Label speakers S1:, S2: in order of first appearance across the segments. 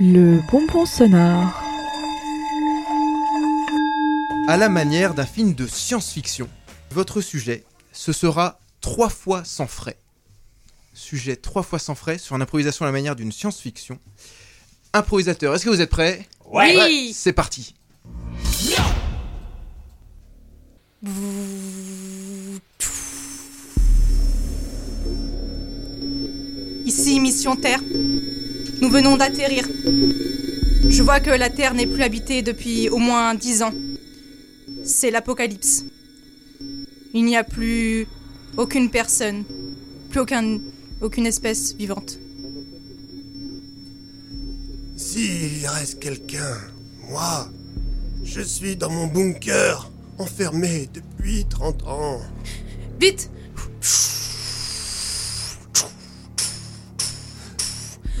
S1: Le bonbon sonore.
S2: À la manière d'un film de science-fiction, votre sujet, ce sera trois fois sans frais. Sujet trois fois sans frais sur une improvisation à la manière d'une science-fiction. Improvisateur, est-ce que vous êtes prêts
S3: Ouais.
S2: Ouais, C'est parti.
S3: Ici, Mission Terre. Nous venons d'atterrir. Je vois que la Terre n'est plus habitée depuis au moins dix ans. C'est l'apocalypse. Il n'y a plus aucune personne, plus aucun, aucune espèce vivante.
S4: S'il reste quelqu'un, moi, je suis dans mon bunker, enfermé depuis 30 ans.
S3: Vite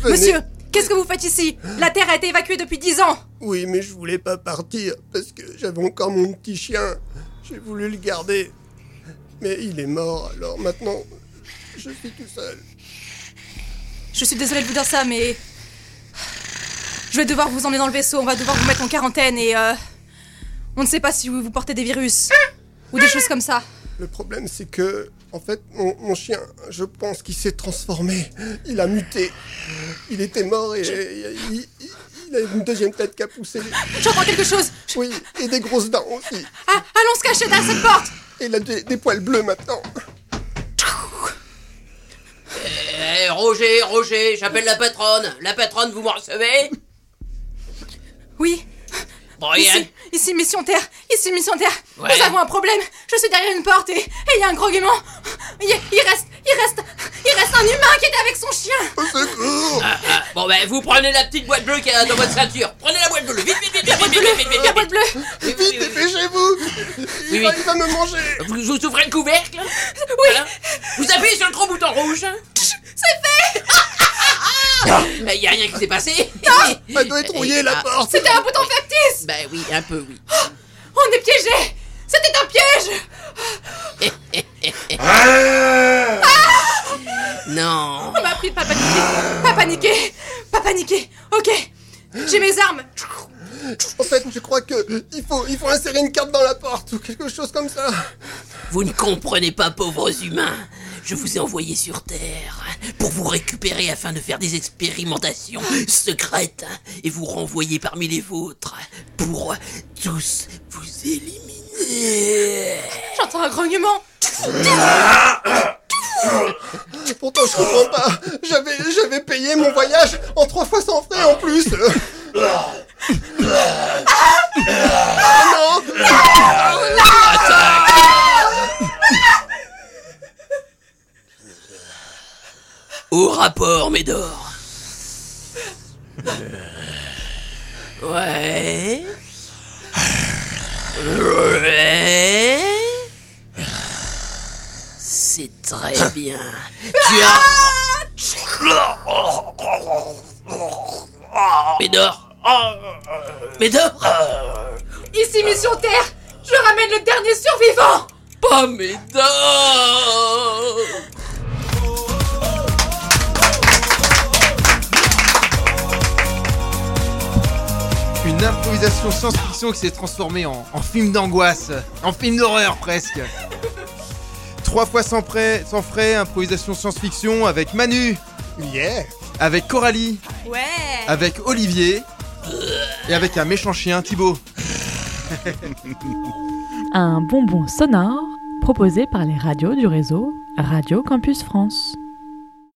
S4: Venez-
S3: Monsieur Qu'est-ce que vous faites ici La Terre a été évacuée depuis dix ans
S4: Oui, mais je voulais pas partir parce que j'avais encore mon petit chien. J'ai voulu le garder. Mais il est mort, alors maintenant, je suis tout seul.
S3: Je suis désolée de vous dire ça, mais. Je vais devoir vous emmener dans le vaisseau, on va devoir vous mettre en quarantaine et. euh, On ne sait pas si vous vous portez des virus ou des choses comme ça.
S4: Le problème, c'est que, en fait, mon, mon chien, je pense qu'il s'est transformé. Il a muté. Il était mort et il, il- il a une deuxième tête qui a poussé.
S3: J'entends quelque chose
S4: Oui, et des grosses dents aussi.
S3: Ah, Allons se cacher derrière cette porte
S4: Et il a des, des poils bleus maintenant.
S5: Eh, Roger, Roger, j'appelle la patronne. La patronne, vous me recevez
S3: Oui,
S5: Brian
S3: ici, ici Mission Terre, ici Mission Terre
S5: Ouais.
S3: Nous avons un problème Je suis derrière une porte et et il y a un grognement il, y a- il reste, il reste, il reste un humain qui était avec son chien
S5: Ah, ah, Bon, ben, vous prenez la petite boîte bleue qu'il y a dans votre ceinture. Prenez la boîte bleue, vite, vite, vite, vite, vite, vite, vite, vite,
S3: La
S5: vite,
S3: boîte bleue
S5: vite, vite,
S4: Vite,
S5: vite,
S4: dépêchez-vous il,
S5: Oui,
S4: va-
S5: oui.
S4: il va me manger
S5: vite. Vous, vous ouvrez le couvercle Voilà. Vous appuyez sur le gros bouton rouge Ah, C'est fait Il Ben, y a rien qui s'est passé
S4: Elle doit être rouillée, la
S5: Ah,
S4: porte
S3: C'était un bouton factice
S5: Ben oui, un peu, oui.
S3: On est piégés C'était un piège
S5: Non
S3: On m'a appris de pas paniquer. Pas paniquer. Pas paniquer. Ok. J'ai mes armes.
S4: En fait, je crois que il faut, il faut insérer une carte dans la porte ou quelque chose comme ça.
S5: Vous ne comprenez pas, pauvres humains. Je vous ai envoyé sur Terre pour vous récupérer afin de faire des expérimentations secrètes et vous renvoyer parmi les vôtres pour tous vous éliminer.
S3: J'entends un grognement.
S4: Pourtant, je comprends pas. J'avais, j'avais payé mon voyage en trois fois sans frais en plus. Ah non
S5: Au rapport, Médor. Ouais. Ouais. C'est très bien. Tu as. Médor. Médor.
S3: Ici, mission Terre. Je ramène le dernier survivant.
S5: Pas Médor.
S2: Une improvisation science-fiction qui s'est transformée en, en film d'angoisse, en film d'horreur presque. Trois fois sans frais, sans frais, improvisation science-fiction avec Manu,
S4: Yeah
S2: avec Coralie,
S3: Ouais.
S2: avec Olivier et avec un méchant chien, Thibaut.
S1: Un bonbon sonore proposé par les radios du réseau Radio Campus France.